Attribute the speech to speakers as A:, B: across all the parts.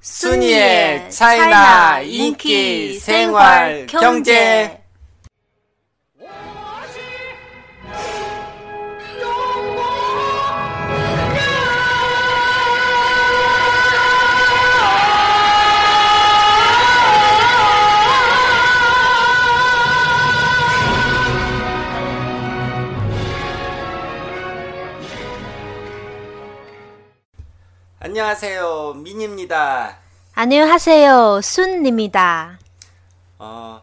A: 순이의 차이나 인기 생활 경제 안녕하세요 민입니다.
B: 안녕하세요. 순입니다.
A: 어,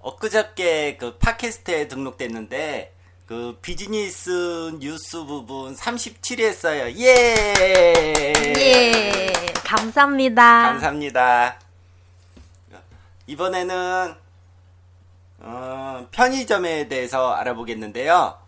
A: 엊그저께 그 팟캐스트에 등록됐는데, 그 비즈니스 뉴스 부분 37회였어요. 예!
B: 예. 감사합니다.
A: 감사합니다. 이번에는, 어, 편의점에 대해서 알아보겠는데요.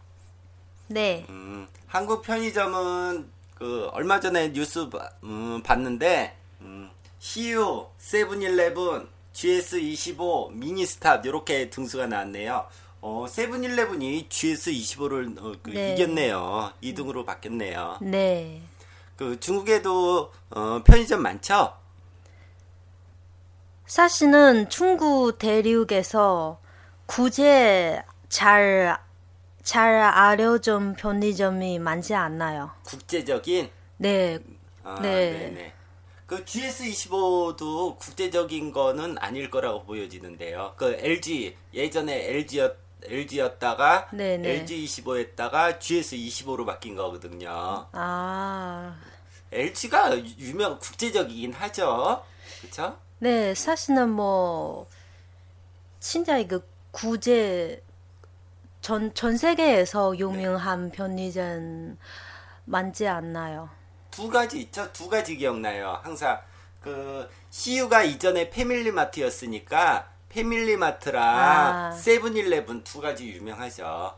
B: 네.
A: 음, 한국 편의점은 그 얼마 전에 뉴스 바- 음, 봤는데 음, CU, 세븐일레븐, GS25, 미니스탑 이렇게 등수가 나왔네요. 어, 세븐일레븐이 GS25를 어, 그
B: 네.
A: 이겼네요. 2등으로 바뀌었네요.
B: 네.
A: 그 중국에도 어, 편의점 많죠?
B: 사실은 중국 대륙에서 구제 잘, 잘 알려준 편의점이 많지 않아요.
A: 국제적인
B: 네.
A: 아,
B: 네.
A: 네네. 그 GS25도 국제적인 거는 아닐 거라고 보여지는데요. 그 LG 예전에 LG였 LG였다가
B: 네네.
A: LG25였다가 GS25로 바뀐 거거든요.
B: 아.
A: LG가 유명 국제적이긴 하죠. 그렇죠?
B: 네. 사실은 뭐, 진짜 이거 구제 전, 전
A: 네.
B: 세계에서 유명한 편의점 많지 않나요?
A: 두 가지 있죠. 두 가지 기억나요. 항상 그 CU가 이전에 패밀리마트였으니까 패밀리마트랑
B: 아.
A: 세븐일레븐 두 가지 유명하죠.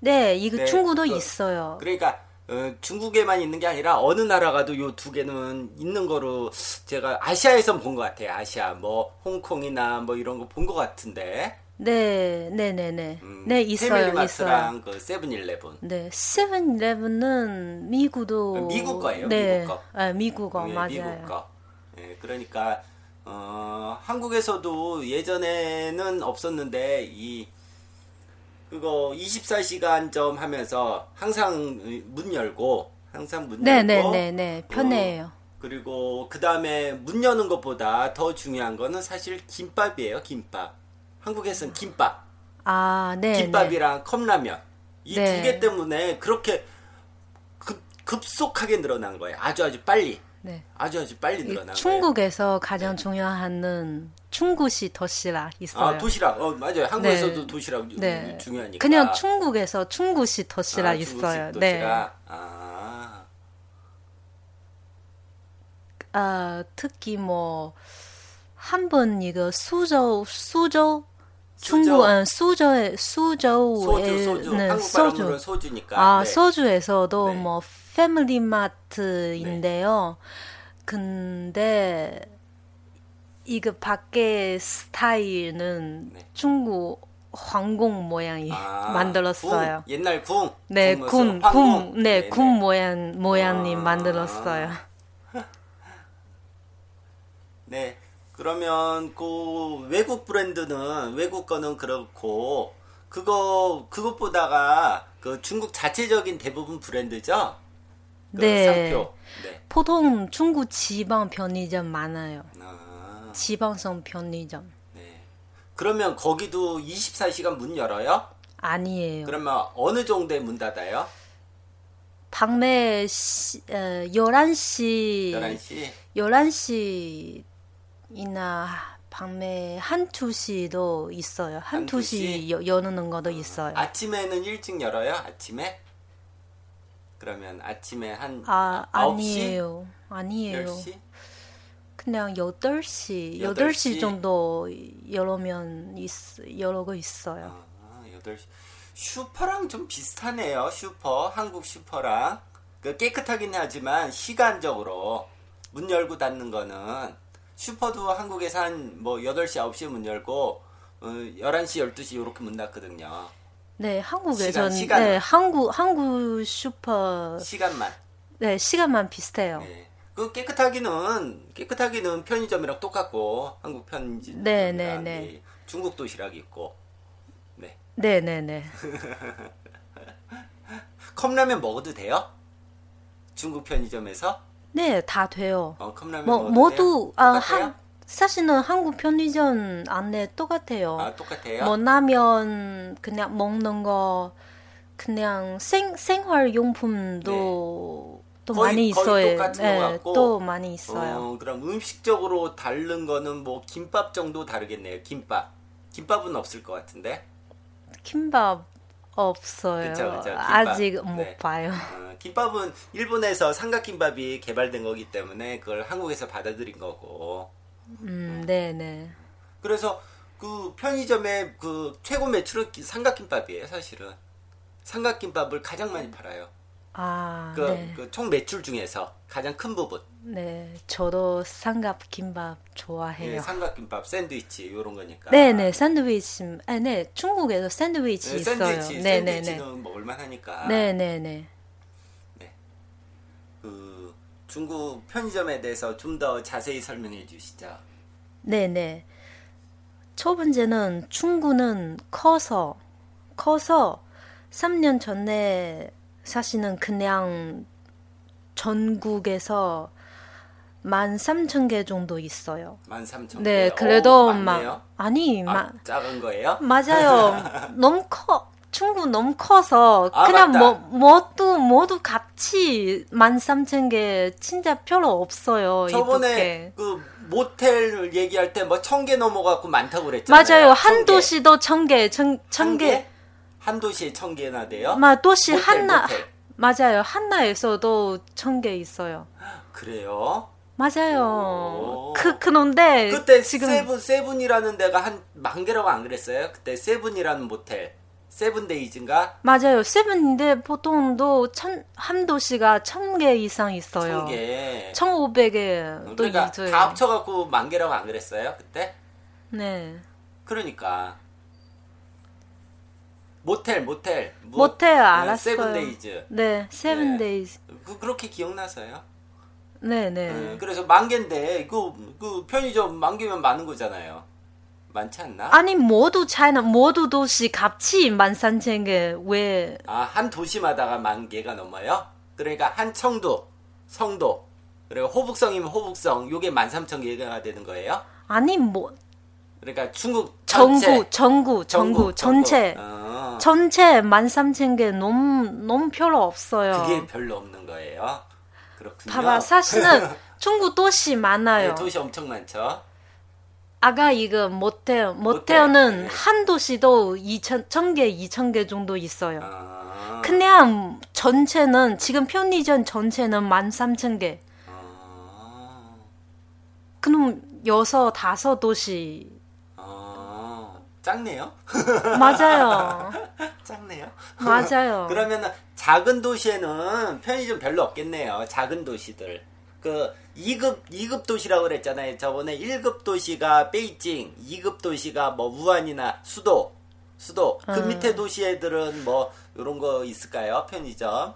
B: 네, 이거
A: 네,
B: 중국도
A: 그-
B: 있어요.
A: 그러니까 어, 중국에만 있는 게 아니라 어느 나라 가도 요 두 개는 있는 거로 제가 아시아에선 본 것 같아요. 아시아 뭐 홍콩이나 뭐 이런 거 본 것 같은데.
B: 네, 네, 네, 네.
A: 음,
B: 네, 있어요, 있어요.
A: 패밀리마트랑 그 세븐일레븐.
B: 네, 세븐일레븐은 미국도
A: 아, 미국 거예요,
B: 네,
A: 미국 거.
B: 네, 미국 거
A: 예,
B: 맞아요.
A: 미국 거. 예, 그러니까 어, 한국에서도 예전에는 없었는데 이 그거 24시간 점 하면서 항상 문 열고 항상 문
B: 네,
A: 열고 어,
B: 네, 네, 네, 편해요.
A: 그리고 그 다음에 문 여는 것보다 더 중요한 거는 사실 김밥이에요. 김밥. 한국에선 김밥,
B: 아, 네, 네.
A: 김밥이랑 컵라면 이 두
B: 네.
A: 개 때문에 그렇게 급, 급속하게 늘어난 거예요. 아주 아주 빨리,
B: 네.
A: 아주 아주 빨리
B: 이
A: 늘어난 거예요. 네.
B: 중국에서 가장 중요한 중국식 도시락 있어요.
A: 아 도시락, 어 맞아요. 한국에서도
B: 네.
A: 도시락
B: 네.
A: 중요하니까.
B: 그냥 중국에서 중국식
A: 아,
B: 도시락
A: 중국식
B: 있어요. 네.
A: 도시락. 아.
B: 아, 특히 뭐, 한 번 이거 수저, 수저?
A: 수저.
B: 중국, 응, 수저에, 수저에,
A: 소주, 소주.
B: 네,
A: 한국
B: 소주.
A: 사람들은 소주니까.
B: 아, 소주에서도
A: 그러니까 네.
B: 뭐, 패밀리마트인데요.
A: 네.
B: 근데, 이거 밖에 스타일은
A: 네.
B: 중국 황궁 모양이
A: 아,
B: 만들었어요.
A: 궁. 옛날 궁.
B: 네,
A: 궁에서
B: 군,
A: 황궁.
B: 군, 네,
A: 네네.
B: 군 모양, 모양이
A: 아.
B: 만들었어요.
A: 네. 그러면 그 외국 브랜드는 외국 거는 그렇고 그거 그것보다가 그 중국 자체적인 대부분 브랜드죠. 그
B: 네.
A: 상표. 네.
B: 보통 중국 지방 편의점 많아요.
A: 아,
B: 지방성 편의점
A: 네. 그러면 거기도 24시간 문 열어요?
B: 아니에요.
A: 그러면 어느 정도에 문 닫아요?
B: 밤에 시, 어, 11시,
A: 11시.
B: 11시 이나 밤에 한두 시도 있어요. 한두
A: 한두 시?
B: 시 여- 여는 것도 있어요.
A: 아침에는 일찍 열어요? 아침에? 그러면 아침에 한
B: 아,
A: 아홉 시?
B: 아니에요. 아니에요.
A: 10시?
B: 그냥 8시,
A: 여덟
B: 8시
A: 시?
B: 정도 열으면 있, 열고 있어요.
A: 아, 8시. 슈퍼랑 좀 비슷하네요. 슈퍼, 한국 슈퍼랑. 그 깨끗하긴 하지만 시간적으로 문 열고 닫는 거는 슈퍼도 한국에서 한뭐 8시, 9시에 문 열고 어, 11시, 12시 이렇게 문 닫거든요.
B: 네,
A: 시간,
B: 한국에서는
A: 시간은?
B: 네, 한국 한국 슈퍼
A: 시간만.
B: 네, 시간만 비슷해요.
A: 네. 그 깨끗하기는 깨끗하기는 편의점이랑 똑같고 한국 편의점.
B: 네, 네, 네.
A: 중국 도시락 있고. 네.
B: 네, 네, 네.
A: 컵라면 먹어도 돼요? 중국 편의점에서?
B: 네, 다 돼요.
A: 어, 컵라면
B: 뭐
A: 먹어도
B: 모두
A: 돼요?
B: 아,
A: 똑같아요?
B: 한 사실은 한국 편의점 안에 똑같아요.
A: 아, 똑같아요?
B: 뭐 라면 그냥 먹는 거 그냥 생 생활용품도 또
A: 예. 거의-
B: 많이
A: 거의
B: 있어요.
A: 똑같은 것
B: 네,
A: 같고.
B: 또 많이 있어요.
A: 어, 그럼 음식적으로 다른 거는 뭐 김밥 정도 다르겠네요. 김밥. 김밥은 없을 것 같은데.
B: 김밥 없어요.
A: 그쵸, 그쵸, 김밥.
B: 아직 못
A: 네.
B: 봐요.
A: 어, 김밥은 일본에서 삼각김밥이 개발된 거기 때문에 그걸 한국에서 받아들인 거고.
B: 음, 네, 네.
A: 그래서 그 편의점의 그 최고 매출은 기- 삼각김밥이에요, 사실은. 삼각김밥을 가장 많이 팔아요.
B: 아,
A: 그,
B: 네.
A: 그총 매출 중에서 가장 큰 부분.
B: 네. 저도 삼각김밥
A: 예,
B: 좋아해요.
A: 삼각김밥, 샌드위치 이런 거니까.
B: 네, 네. 샌드위치. 아, 네. 중국에서 샌드위치
A: 예,
B: 있어요.
A: 샌드위치,
B: 네, 네, 네.
A: 샌드위치는 먹을만 하니까.
B: 네, 네, 네.
A: 그 중국 편의점에 대해서 좀 더 자세히 설명해 주시죠.
B: 네네. 첫 번째는 충구는 커서, 커서 3년 전에 사실은 그냥 전국에서 13,000개 정도 있어요.
A: 13,000개. 어,
B: 네, 그래도
A: 많네요.
B: 막, 아니,
A: 아,
B: 막, 음,
A: 작은 거예요?
B: 맞아요. 너무 커. 충구 너무 커서
A: 아,
B: 그냥
A: 맞다.
B: 뭐 모두 모두 같이 13,000개 진짜 별로 없어요.
A: 저번에
B: 뭐 이렇게.
A: 그 모텔 얘기할 때 뭐 천 개 넘어갖고 많다고 그랬잖아요.
B: 맞아요. 한
A: 천 개.
B: 도시도 1,000개, 1,000개.
A: 한 도시에 천 개나 돼요?
B: 마 도시
A: 모텔,
B: 한나
A: 모텔.
B: 맞아요 한나에서도 천 개 있어요
A: 그래요. 오.
B: 맞아요 그 그런데
A: 그때
B: 지금
A: 세븐 세븐이라는 데가 한 만 개라고 안 그랬어요? 그때 세븐이라는 모텔 세븐데이즈인가
B: 맞아요 세븐인데 보통도 천한 도시가 천 개 이상 있어요
A: 천 개.
B: 천오백 개도
A: 그러니까
B: 있어요
A: 다 합쳐갖고 만 개라고 안 그랬어요? 그때?
B: 네
A: 그러니까 모텔 모텔 모-
B: 모텔
A: 네,
B: 알았어요
A: 세븐데이즈
B: 네 세븐데이즈
A: 그, 그렇게 기억나서요
B: 네네
A: 음, 그래서 만 개인데 그, 그 편의점 만 개면 많은 거잖아요 많지 않나?
B: 아니 모두 차이나 모두 도시 같이 만삼천 개왜
A: 아, 한 도시마다가 만 개가 넘어요? 그러니까 한 청도 성도 그리고 호북성이면 호북성 요게 만 삼천 개가 되는 거예요?
B: 아니 뭐
A: 그러니까 중국 전체,
B: 전국 전국 전국
A: 전국,
B: 전체
A: 전국. 어,
B: 전체 13,000개 너무 너무 별로 없어요.
A: 그게 별로 없는 거예요 그렇군요
B: 봐봐 사실은 중국 도시 많아요.
A: 네, 도시 엄청 많죠
B: 아까 이거 모텔
A: 모텔,
B: 모텔은
A: 네.
B: 한 도시도 2천 1,000개 2,000개 정도 있어요.
A: 아,
B: 그냥 전체는 지금 편의점 전체는 13,000개.
A: 아,
B: 그럼 여섯 다섯 도시
A: 아, 작네요.
B: 맞아요.
A: 작네요.
B: 맞아요.
A: 그러면 작은 도시에는 편의점 별로 없겠네요. 작은 도시들. 그 2급 2급 도시라고 그랬잖아요. 저번에 1급 도시가 베이징, 2급 도시가 뭐 우한이나 수도, 수도. 그
B: 음.
A: 밑에 도시 애들은 뭐 이런 거 있을까요? 편의점.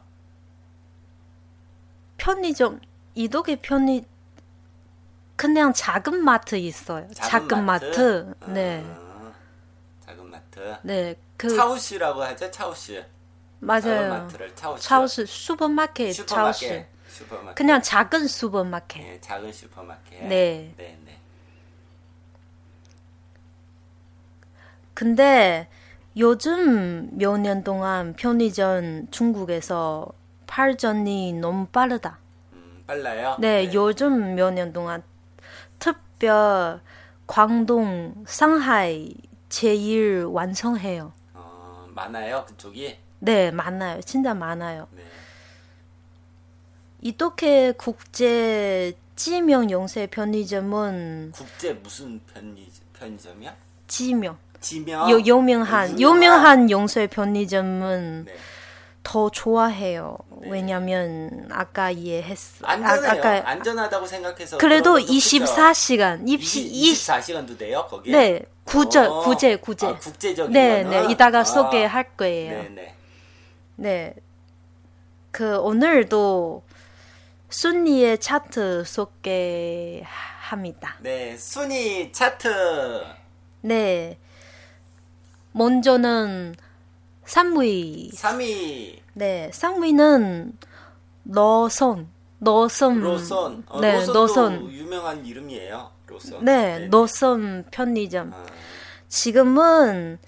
B: 편의점 이덕의 편의 그냥 작은 마트 있어요.
A: 작은
B: 작은,
A: 마트?
B: 마트. 네.
A: 아, 작은 마트.
B: 네. 그
A: 차우시라고 하죠. 차우시. 작은
B: 맞아요.
A: 마트를 차우시.
B: 차우스 슈퍼마켓 차우스
A: 슈퍼마켓. 슈퍼마켓.
B: 그냥 작은 슈퍼마켓
A: 예, 작은 슈퍼마켓.
B: 네.
A: 네, 네.
B: 근데 요즘 몇 년 동안 편의점 중국에서 발전이 너무 빠르다
A: 음, 빨라요.
B: 네, 요즘 몇 년 동안 특별 광동, 상하이 제일 완성해요.
A: 어, 많아요 그쪽이.
B: 네, 많아요. 진짜 많아요.
A: 네.
B: 이렇게 국제 지명 영세 편의점은
A: 국제 무슨 편의 편의점이야?
B: 지명
A: 지명.
B: 요, 유명한 유명한 영세 편의점은
A: 네.
B: 더 좋아해요.
A: 네.
B: 왜냐면 아까 이해했어.
A: 안전해요.
B: 아까
A: 안전하다고 생각해서
B: 그래도
A: 그런 것도 크죠.
B: 24시간
A: 20,
B: 20,
A: 24시간도 돼요 거기?
B: 네, 구제,
A: 어.
B: 구제, 구제.
A: 아, 국제적인
B: 네,
A: 거는?
B: 네, 이따가
A: 아,
B: 소개할 거예요.
A: 네,
B: 네.
A: 네.
B: 그 오늘도 순위의 차트 소개합니다.
A: 네, 순위 차트.
B: 네. 먼저는 3위.
A: 3위
B: 네, 3위는 너선. 너선.
A: 로선. 어,
B: 네,
A: 로선도
B: 너선.
A: 유명한 이름이에요. 로선.
B: 네, 너선 편의점.
A: 아,
B: 지금은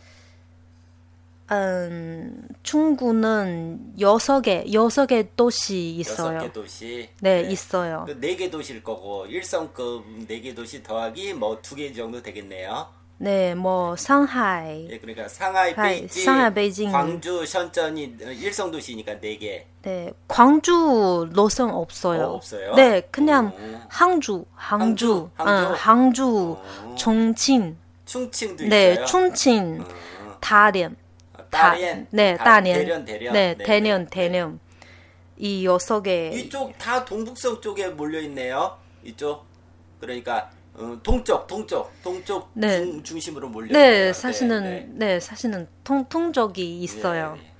B: 음, 중구는 여섯 개, 여섯 개 도시
A: 여섯
B: 있어요.
A: 개 도시. 그
B: 네, 있어요.
A: 네개 도시일 거고 일성급 네 개 도시 더하기 뭐 두 개 정도 되겠네요.
B: 네, 뭐 상하이,
A: 예, 그러니까 상하이,
B: 하이,
A: 베이징,
B: 상하이, 베이징.
A: 광주, 션전이 어, 일성 도시니까 네 개.
B: 네, 광주, 로선 없어요.
A: 어, 없어요?
B: 네, 그냥
A: 어.
B: 항주, 항주,
A: 항주, 항주.
B: 응, 항주, 정칭,
A: 충칭도
B: 네,
A: 있어요.
B: 충칭,
A: 어,
B: 다련, 다,
A: 다련.
B: 네,
A: 다-
B: 다련,
A: 대련, 대련.
B: 네,
A: 네,
B: 대련,
A: 네.
B: 대련. 이 여섯 개,
A: 이쪽 다 동북성 쪽에 몰려 있네요. 이쪽 그러니까 어, 동쪽, 동쪽, 동쪽
B: 네.
A: 중, 중심으로 몰려. 있네요.
B: 네, 사실은 네, 사실은 통 통적이 있어요.
A: 예, 예.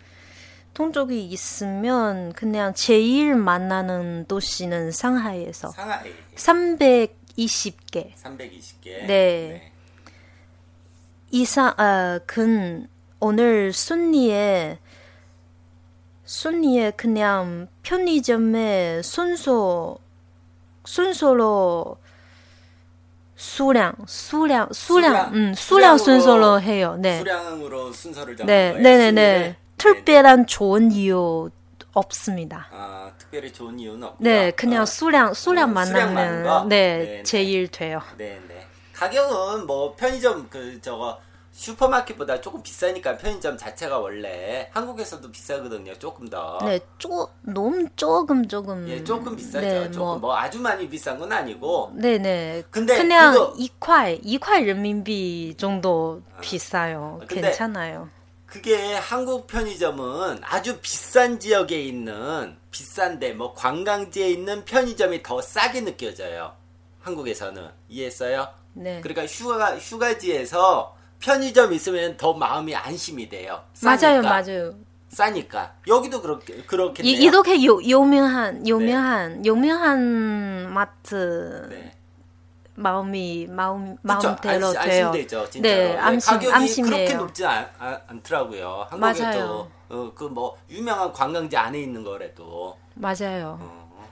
B: 통적이 있으면 그냥 제일 만나는 도시는 상하이에서
A: 상하이
B: 320개
A: 320개.
B: 네. 이상 아, 근 오늘 순위에 순위에 그냥 편의점의 순서 순서로 수량 수량 수량
A: 수량.
B: 음 수량
A: 수량으로-
B: 순서로 해요.
A: 네.
B: 네.
A: 수량으로 순서를 잡은
B: 네, 네,
A: 거예요.
B: 네,
A: 순위를?
B: 네. 특별한 좋은 이유 없습니다.
A: 아, 특별히 좋은 이유는 없고.
B: 네, 그냥 수량 수량
A: 어, 아, 수량 많은
B: 만나면
A: 거?
B: 네,
A: 네, 네.
B: 제일 돼요.
A: 네, 네. 가격은 뭐 편의점 그 저거 슈퍼마켓보다 조금 비싸니까 편의점 자체가 원래 한국에서도 비싸거든요. 조금 더.
B: 네, 쪼 너무 조금 조금
A: 아. 예, 조금 비싸죠.
B: 네,
A: 조금 뭐. 아주 많이 비싼 건 아니고.
B: 네, 네.
A: 근데
B: 그냥
A: 그거- 아,
B: 이块 이块 人民币 정도 비싸요.
A: 근데-
B: 괜찮아요.
A: 그게 한국 편의점은 아주 비싼 지역에 있는 비싼데 뭐 관광지에 있는 편의점이 더 싸게 느껴져요. 한국에서는 이해했어요?
B: 네.
A: 그러니까 휴가 휴가지에서 편의점 있으면 더 마음이 안심이 돼요. 싸니까.
B: 맞아요, 맞아요.
A: 싸니까 여기도 그렇게
B: 이,
A: 그렇겠네요. 네.
B: 이렇게 유, 유명한 유명한 유명한 마트
A: 네.
B: 마음이 마음
A: 그쵸?
B: 마음대로
A: 안심-
B: 돼요.
A: 안심되죠, 진짜로. 예,
B: 네, 안심
A: 가격이 그렇게
B: 안심해요.
A: 높지 않, 더라고요
B: 맞아요.
A: 한국에도 어, 그 뭐 유명한 관광지 안에 있는 거래도
B: 맞아요.
A: 어,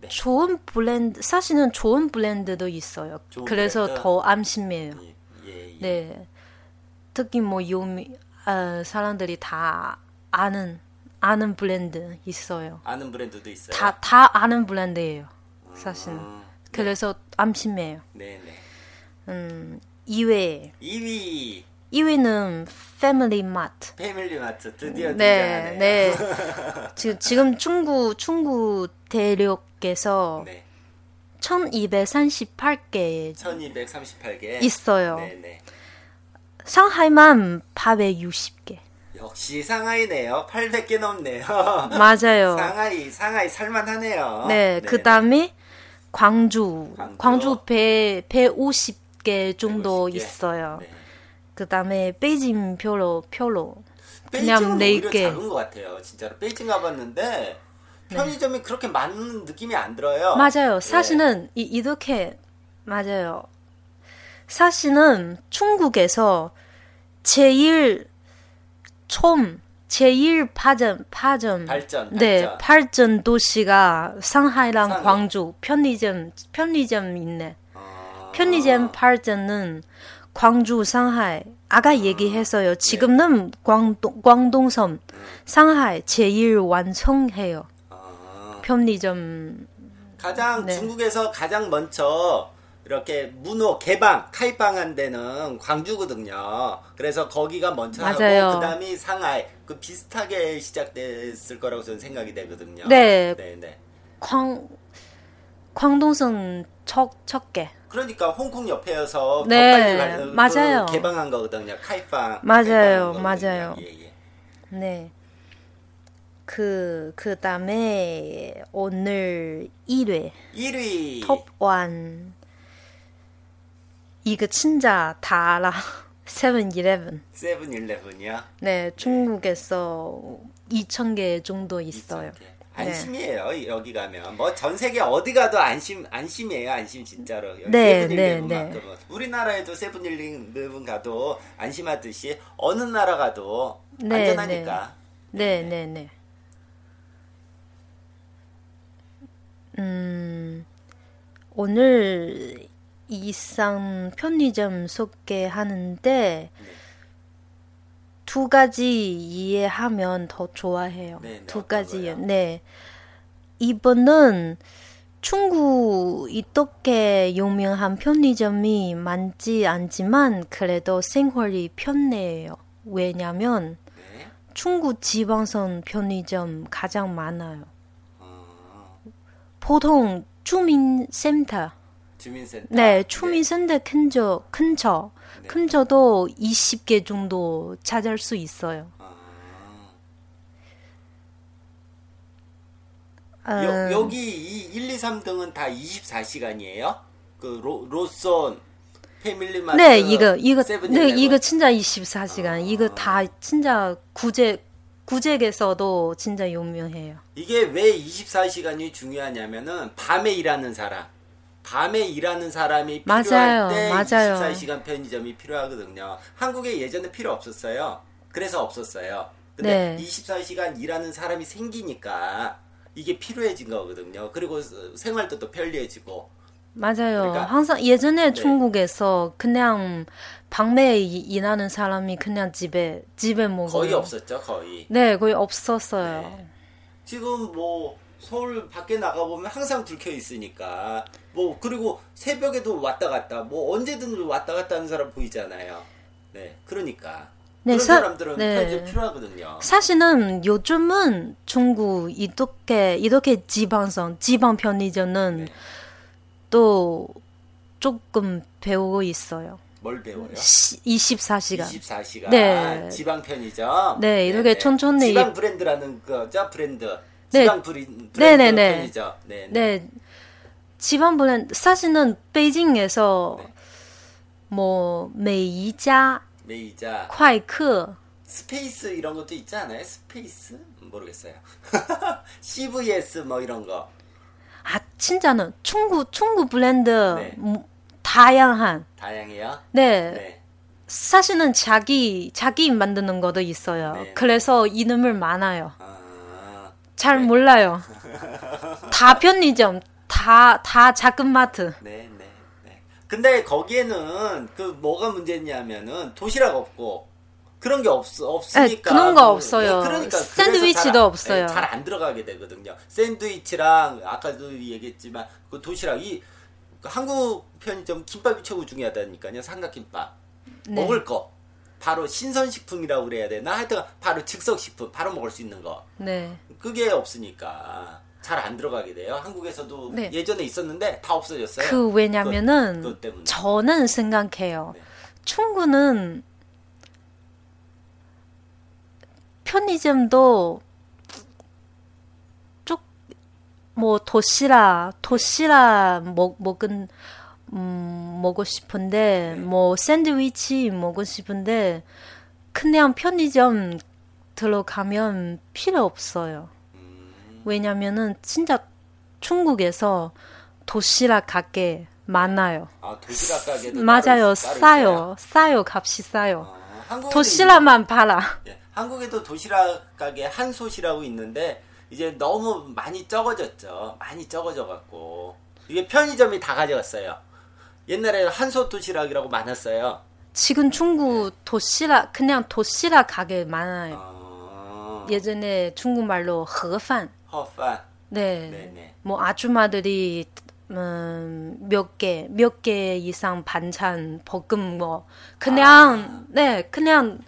A: 네.
B: 좋은 블렌드 사실은 좋은 블렌드도 있어요.
A: 좋은
B: 그래서
A: 브랜드?
B: 더 안심해요.
A: 예, 예, 예.
B: 네, 특히 뭐 요미 어, 사람들이 다 아는 아는 블렌드 있어요.
A: 아는 브랜드도 있어요.
B: 다 다 아는 블렌드예요. 사실은
A: 음,
B: 그래서 안심해요.
A: 네네.
B: 음, 2회
A: 2위
B: 2회는 패밀리 마트.
A: 패밀리마트 드디어
B: 네, 네.
A: 등장하네요.
B: 지금 지금 중구 중구 대륙에서
A: 네.
B: 1238개
A: 1238개
B: 있어요.
A: 네네.
B: 상하이만 밥에 60개.
A: 역시 상하이네요. 800개 넘네요.
B: 맞아요.
A: 상하이 상하이 살만하네요.
B: 네, 그 다음에 광주,
A: 광주.
B: 광주 배, 150개 정도
A: 150개.
B: 있어요.
A: 네.
B: 그 다음에 베이징 표로, 표로. 그냥
A: 베이징은
B: 네
A: 오히려
B: 개.
A: 작은 것 같아요. 진짜로 베이징 가봤는데 편의점이 그렇게 많은 느낌이 안 들어요.
B: 맞아요. 네.
A: 예.
B: 사실은 이, 이렇게, 맞아요. 사실은 중국에서 제일, 처음, 제일 파전, 파전.
A: 발전,
B: 네,
A: 발전.
B: 발전 도시가 상하이랑
A: 상하이.
B: 광주 편의점, 편의점 있네.
A: 어,
B: 편의점 발전은 광주, 상하이 아까 얘기했어요. 지금은 광동, 광동섬, 상하이 제일 완성해요.
A: 어,
B: 편의점
A: 가장
B: 네.
A: 중국에서 가장 먼저 이렇게 문호 개방 카이방한 데는 광주거든요. 그래서 거기가 먼저
B: 맞아요.
A: 하고 그다음이 상하이 그 비슷하게 시작됐을 거라고 저는 생각이 되거든요.
B: 네.
A: 네, 네.
B: 광 광동성 첫 첫개
A: 그러니까 홍콩 옆에여서 더
B: 네,
A: 빨리 발- 그
B: 맞아요.
A: 개방한 거거든요. 카이방
B: 맞아요,
A: 개방한 거거든요.
B: 맞아요.
A: 예, 예.
B: 네. 그 그다음에 오늘 1회
A: 1위
B: 톱1 이거 진짜 다 알아. 세븐일레븐.
A: 세븐일레븐이요.
B: 네, 중국에서 2,000개 정도 있어요. 네.
A: 안심이에요 여기 가면 뭐 전 세계 어디 가도 안심 안심이에요 안심 진짜로
B: 네, 네,
A: 세븐일레븐만큼은 우리나라에도 세븐일레븐 가도 안심하듯이 어느 나라 가도
B: 네,
A: 안전하니까
B: 네, 네, 네. 음, 오늘 이상 편의점 소개하는데 두 가지 이해하면 더 좋아해요.
A: 네, 네,
B: 두
A: 어떤
B: 가지요.
A: 거요?
B: 네. 이번은 중국 이렇게 유명한 편의점이 많지 않지만 그래도 생활이 편해요. 왜냐면
A: 네.
B: 중국 지방선 편의점 가장 많아요.
A: 어,
B: 보통 주민센터,
A: 주민센터
B: 네, 주민센터 근처, 근처,
A: 아, 예. 네.
B: 근처도 20개 정도 찾을 수 있어요.
A: 어.
B: 음,
A: 아.
B: 어,
A: 여, 여기 이 1, 2, 3등은 다 24시간이에요? 그 로, 로손 패밀리마트
B: 네, 이거, 이거, 네,
A: 그 세븐일레븐. 아.
B: 이거 진짜 24시간. 이거 다 진짜 구제, 구제에서도 진짜 유명해요.
A: 이게 왜 24시간이 중요하냐면은 밤에 일하는 사람, 밤에 일하는 사람이 필요할
B: 맞아요,
A: 때
B: 맞아요.
A: 24시간 편의점이 필요하거든요. 한국에 예전에 필요 없었어요. 그래서 없었어요. 근데
B: 네.
A: 24시간 일하는 사람이 생기니까 이게 필요해진 거거든요. 그리고 생활도 또 편리해지고.
B: 맞아요.
A: 그러니까-
B: 항상 예전에 중국에서 그냥 밤에 이- 일하는 사람이 그냥 집에, 집에 먹어요.
A: 거의 없었죠, 거의.
B: 네, 거의 없었어요.
A: 네. 지금 뭐 서울 밖에 나가보면 항상 불켜 있으니까. 뭐 그리고 새벽에도 왔다 갔다 뭐 언제든 왔다 갔다 하는 사람 보이잖아요. 네. 그러니까
B: 네,
A: 그런
B: 사-
A: 사람들은
B: 네.
A: 편집 필요하거든요.
B: 사실은 요즘은 중국 이렇게 이렇게 지방성 지방 편의점은
A: 네.
B: 또 조금 배우고 있어요.
A: 뭘 배워요?
B: 음, 시- 24시간.
A: 24시간
B: 네.
A: 지방 편의점.
B: 네, 이렇게 천천히-
A: 지방 브랜드라는 거죠 브랜드.
B: 네.
A: 지방 브리- 브랜드
B: 네, 네, 네.
A: 편의점. 네, 네.
B: 네. 지방 브랜드 사실은 베이징에서
A: 네.
B: 뭐 메이자,
A: 메이자
B: 콰이크
A: 스페이스 이런 것도 있지 않아요? 스페이스 모르겠어요. CVS 뭐 이런 거.
B: 아 진짜는 중국 중국 브랜드
A: 네.
B: 음, 다양한
A: 다양해요.
B: 네,
A: 네.
B: 사실은 자기 자기 만드는 것도 있어요.
A: 네.
B: 그래서 이름을 많아요.
A: 아,
B: 잘 몰라요. 다 편의점, 다, 다 작은 마트.
A: 네, 네, 네. 근데 거기에는 그 뭐가 문제냐면은 도시락 없고 그런 게 없, 없으니까
B: 네, 그런 거
A: 그-
B: 없어요.
A: 네, 그러니까 그래서
B: 샌드위치도
A: 잘 안-
B: 없어요.
A: 네, 잘안 들어가게 되거든요. 샌드위치랑 아까도 얘기했지만 그 도시락이 그 한국 편의점 김밥이 최고 중요하다니까요. 삼각김밥
B: 네.
A: 먹을 거 바로 신선식품이라고 그래야 되나? 하여튼 바로 즉석식품 바로 먹을 수 있는 거.
B: 네.
A: 그게 없으니까 잘 안 들어가게 돼요. 한국에서도
B: 네.
A: 예전에 있었는데 다 없어졌어요.
B: 그, 왜냐면은,
A: 그것 때문에.
B: 저는 생각해요.
A: 네.
B: 충구는 편의점도 쭉, 뭐, 도시락, 도시락 먹, 먹은, 음, 먹고 싶은데,
A: 네.
B: 뭐, 샌드위치 먹고 싶은데, 그냥 편의점 들어가면 필요 없어요.
A: 음.
B: 왜냐면은 진짜 중국에서 도시락 가게 많아요.
A: 아, 도시락 가게도
B: 맞아요.
A: 따로 있- 따로 있어요?
B: 싸요. 싸요. 값이 싸요.
A: 아, 한국에도
B: 도시락만 팔아.
A: 있- 예, 한국에도 도시락 가게 한솥이라고 있는데 이제 너무 많이 적어졌죠. 많이 적어져 갖고 이게 편의점이 다 가져갔어요. 옛날에 한솥 도시락이라고 많았어요.
B: 지금 중국 도시락 그냥 도시락 가게 많아요.
A: 어,
B: 예. 예전에 중국말로 허판.
A: 허판.
B: 네.
A: 네네.
B: 뭐 아줌마들이 음, 몇 개, 몇 개 이상 반찬, 볶음 뭐
A: 아.
B: 그냥 네, 그냥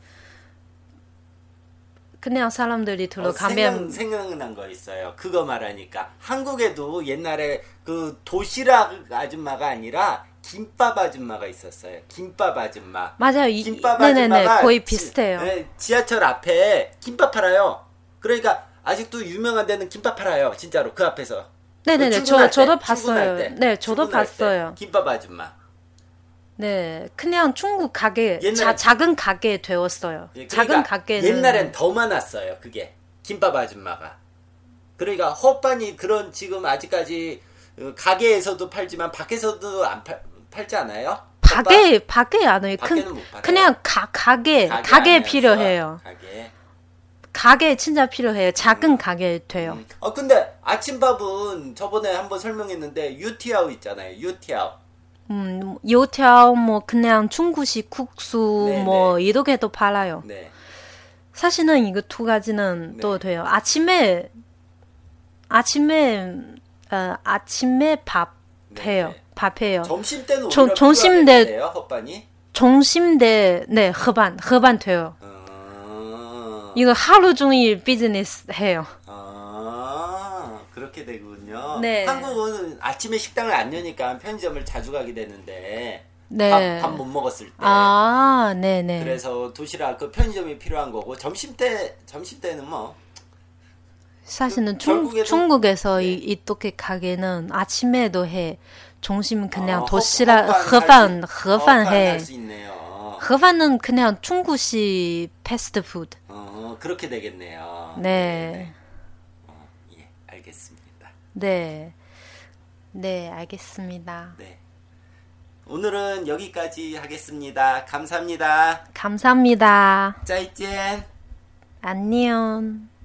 B: 그냥 사람들이
A: 어,
B: 들어가면
A: 생각, 난거 있어요. 그거 말하니까 한국에도 옛날에 그 도시락 아줌마가 아니라 김밥 아줌마가 있었어요. 김밥 아줌마.
B: 맞아요. 이,
A: 김밥
B: 네네네
A: 아줌마가
B: 거의
A: 지-
B: 비슷해요.
A: 네, 지하철 앞에 김밥 팔아요. 그러니까 아직도 유명한 데는 김밥 팔아요. 진짜로 그 앞에서.
B: 네네네,
A: 그 출근할
B: 저- 저도
A: 때, 출근할
B: 봤어요.
A: 때,
B: 네, 저도
A: 출근할 때
B: 봤어요.
A: 김밥 아줌마.
B: 네, 그냥 중국 가게
A: 옛날에-
B: 자, 작은 가게 되었어요.
A: 예,
B: 작은
A: 그러니까
B: 가게는
A: 옛날엔 더 많았어요. 그게 김밥 아줌마가. 그러니까 헛반이 그런 지금 아직까지 어, 가게에서도 팔지만 밖에서도 안 팔, 팔지 않아요?
B: 가게 밖에 안 해요.
A: 밖에는
B: 큰-
A: 못 팔아요.
B: 그냥 가, 가게 가게,
A: 헛밥? 안에서
B: 필요해요.
A: 가게.
B: 가게 진짜 필요해요. 작은 가게 돼요.
A: 음. 어 근데 아침밥은 저번에 한번 설명했는데 유티아오 있잖아요. 유티아오.
B: 음, 요条뭐 그냥 중국식 국수
A: 네,
B: 뭐 이렇게도 팔아요.
A: 네.
B: 사실은 이거 두 가지는
A: 네.
B: 또 돼요. 아침에 아침에 어, 아침에 밥
A: 네,
B: 해요.
A: 네.
B: 밥 해요.
A: 점심 때는
B: 어. 저-
A: 오히려
B: 점심 때-
A: 필요하겠는데요, 헛반이.
B: 점심때 네 허반 허반 돼요.
A: 어...
B: 이거 하루 종일 비즈니스 해요.
A: 아, 그렇게 되군요.
B: 네.
A: 한국은 아침에 식당을 안 여니까 편의점을 자주 가게 되는데
B: 네.
A: 밥 못 먹었을 때
B: 아, 네네.
A: 그래서 도시락 그 편의점이 필요한 거고 점심 때 점심 때는 뭐
B: 사실은
A: 그-
B: 중,
A: 결국에는-
B: 중국에서 이,
A: 네.
B: 이렇게 가게는 아침에도 해. 점심은 그냥
A: 어,
B: 도시락,
A: 헛-
B: 허반,
A: 헛반 할 수-
B: 허반
A: 헛반
B: 해.
A: 할수 있네요.
B: 허반은 그냥 중국식 패스트푸드.
A: 어, 그렇게 되겠네요.
B: 네.
A: 어, 예, 알겠습니다.
B: 네. 네, 알겠습니다.
A: 네. 오늘은 여기까지 하겠습니다. 감사합니다.
B: 감사합니다.
A: 짜이젠.
B: 안녕.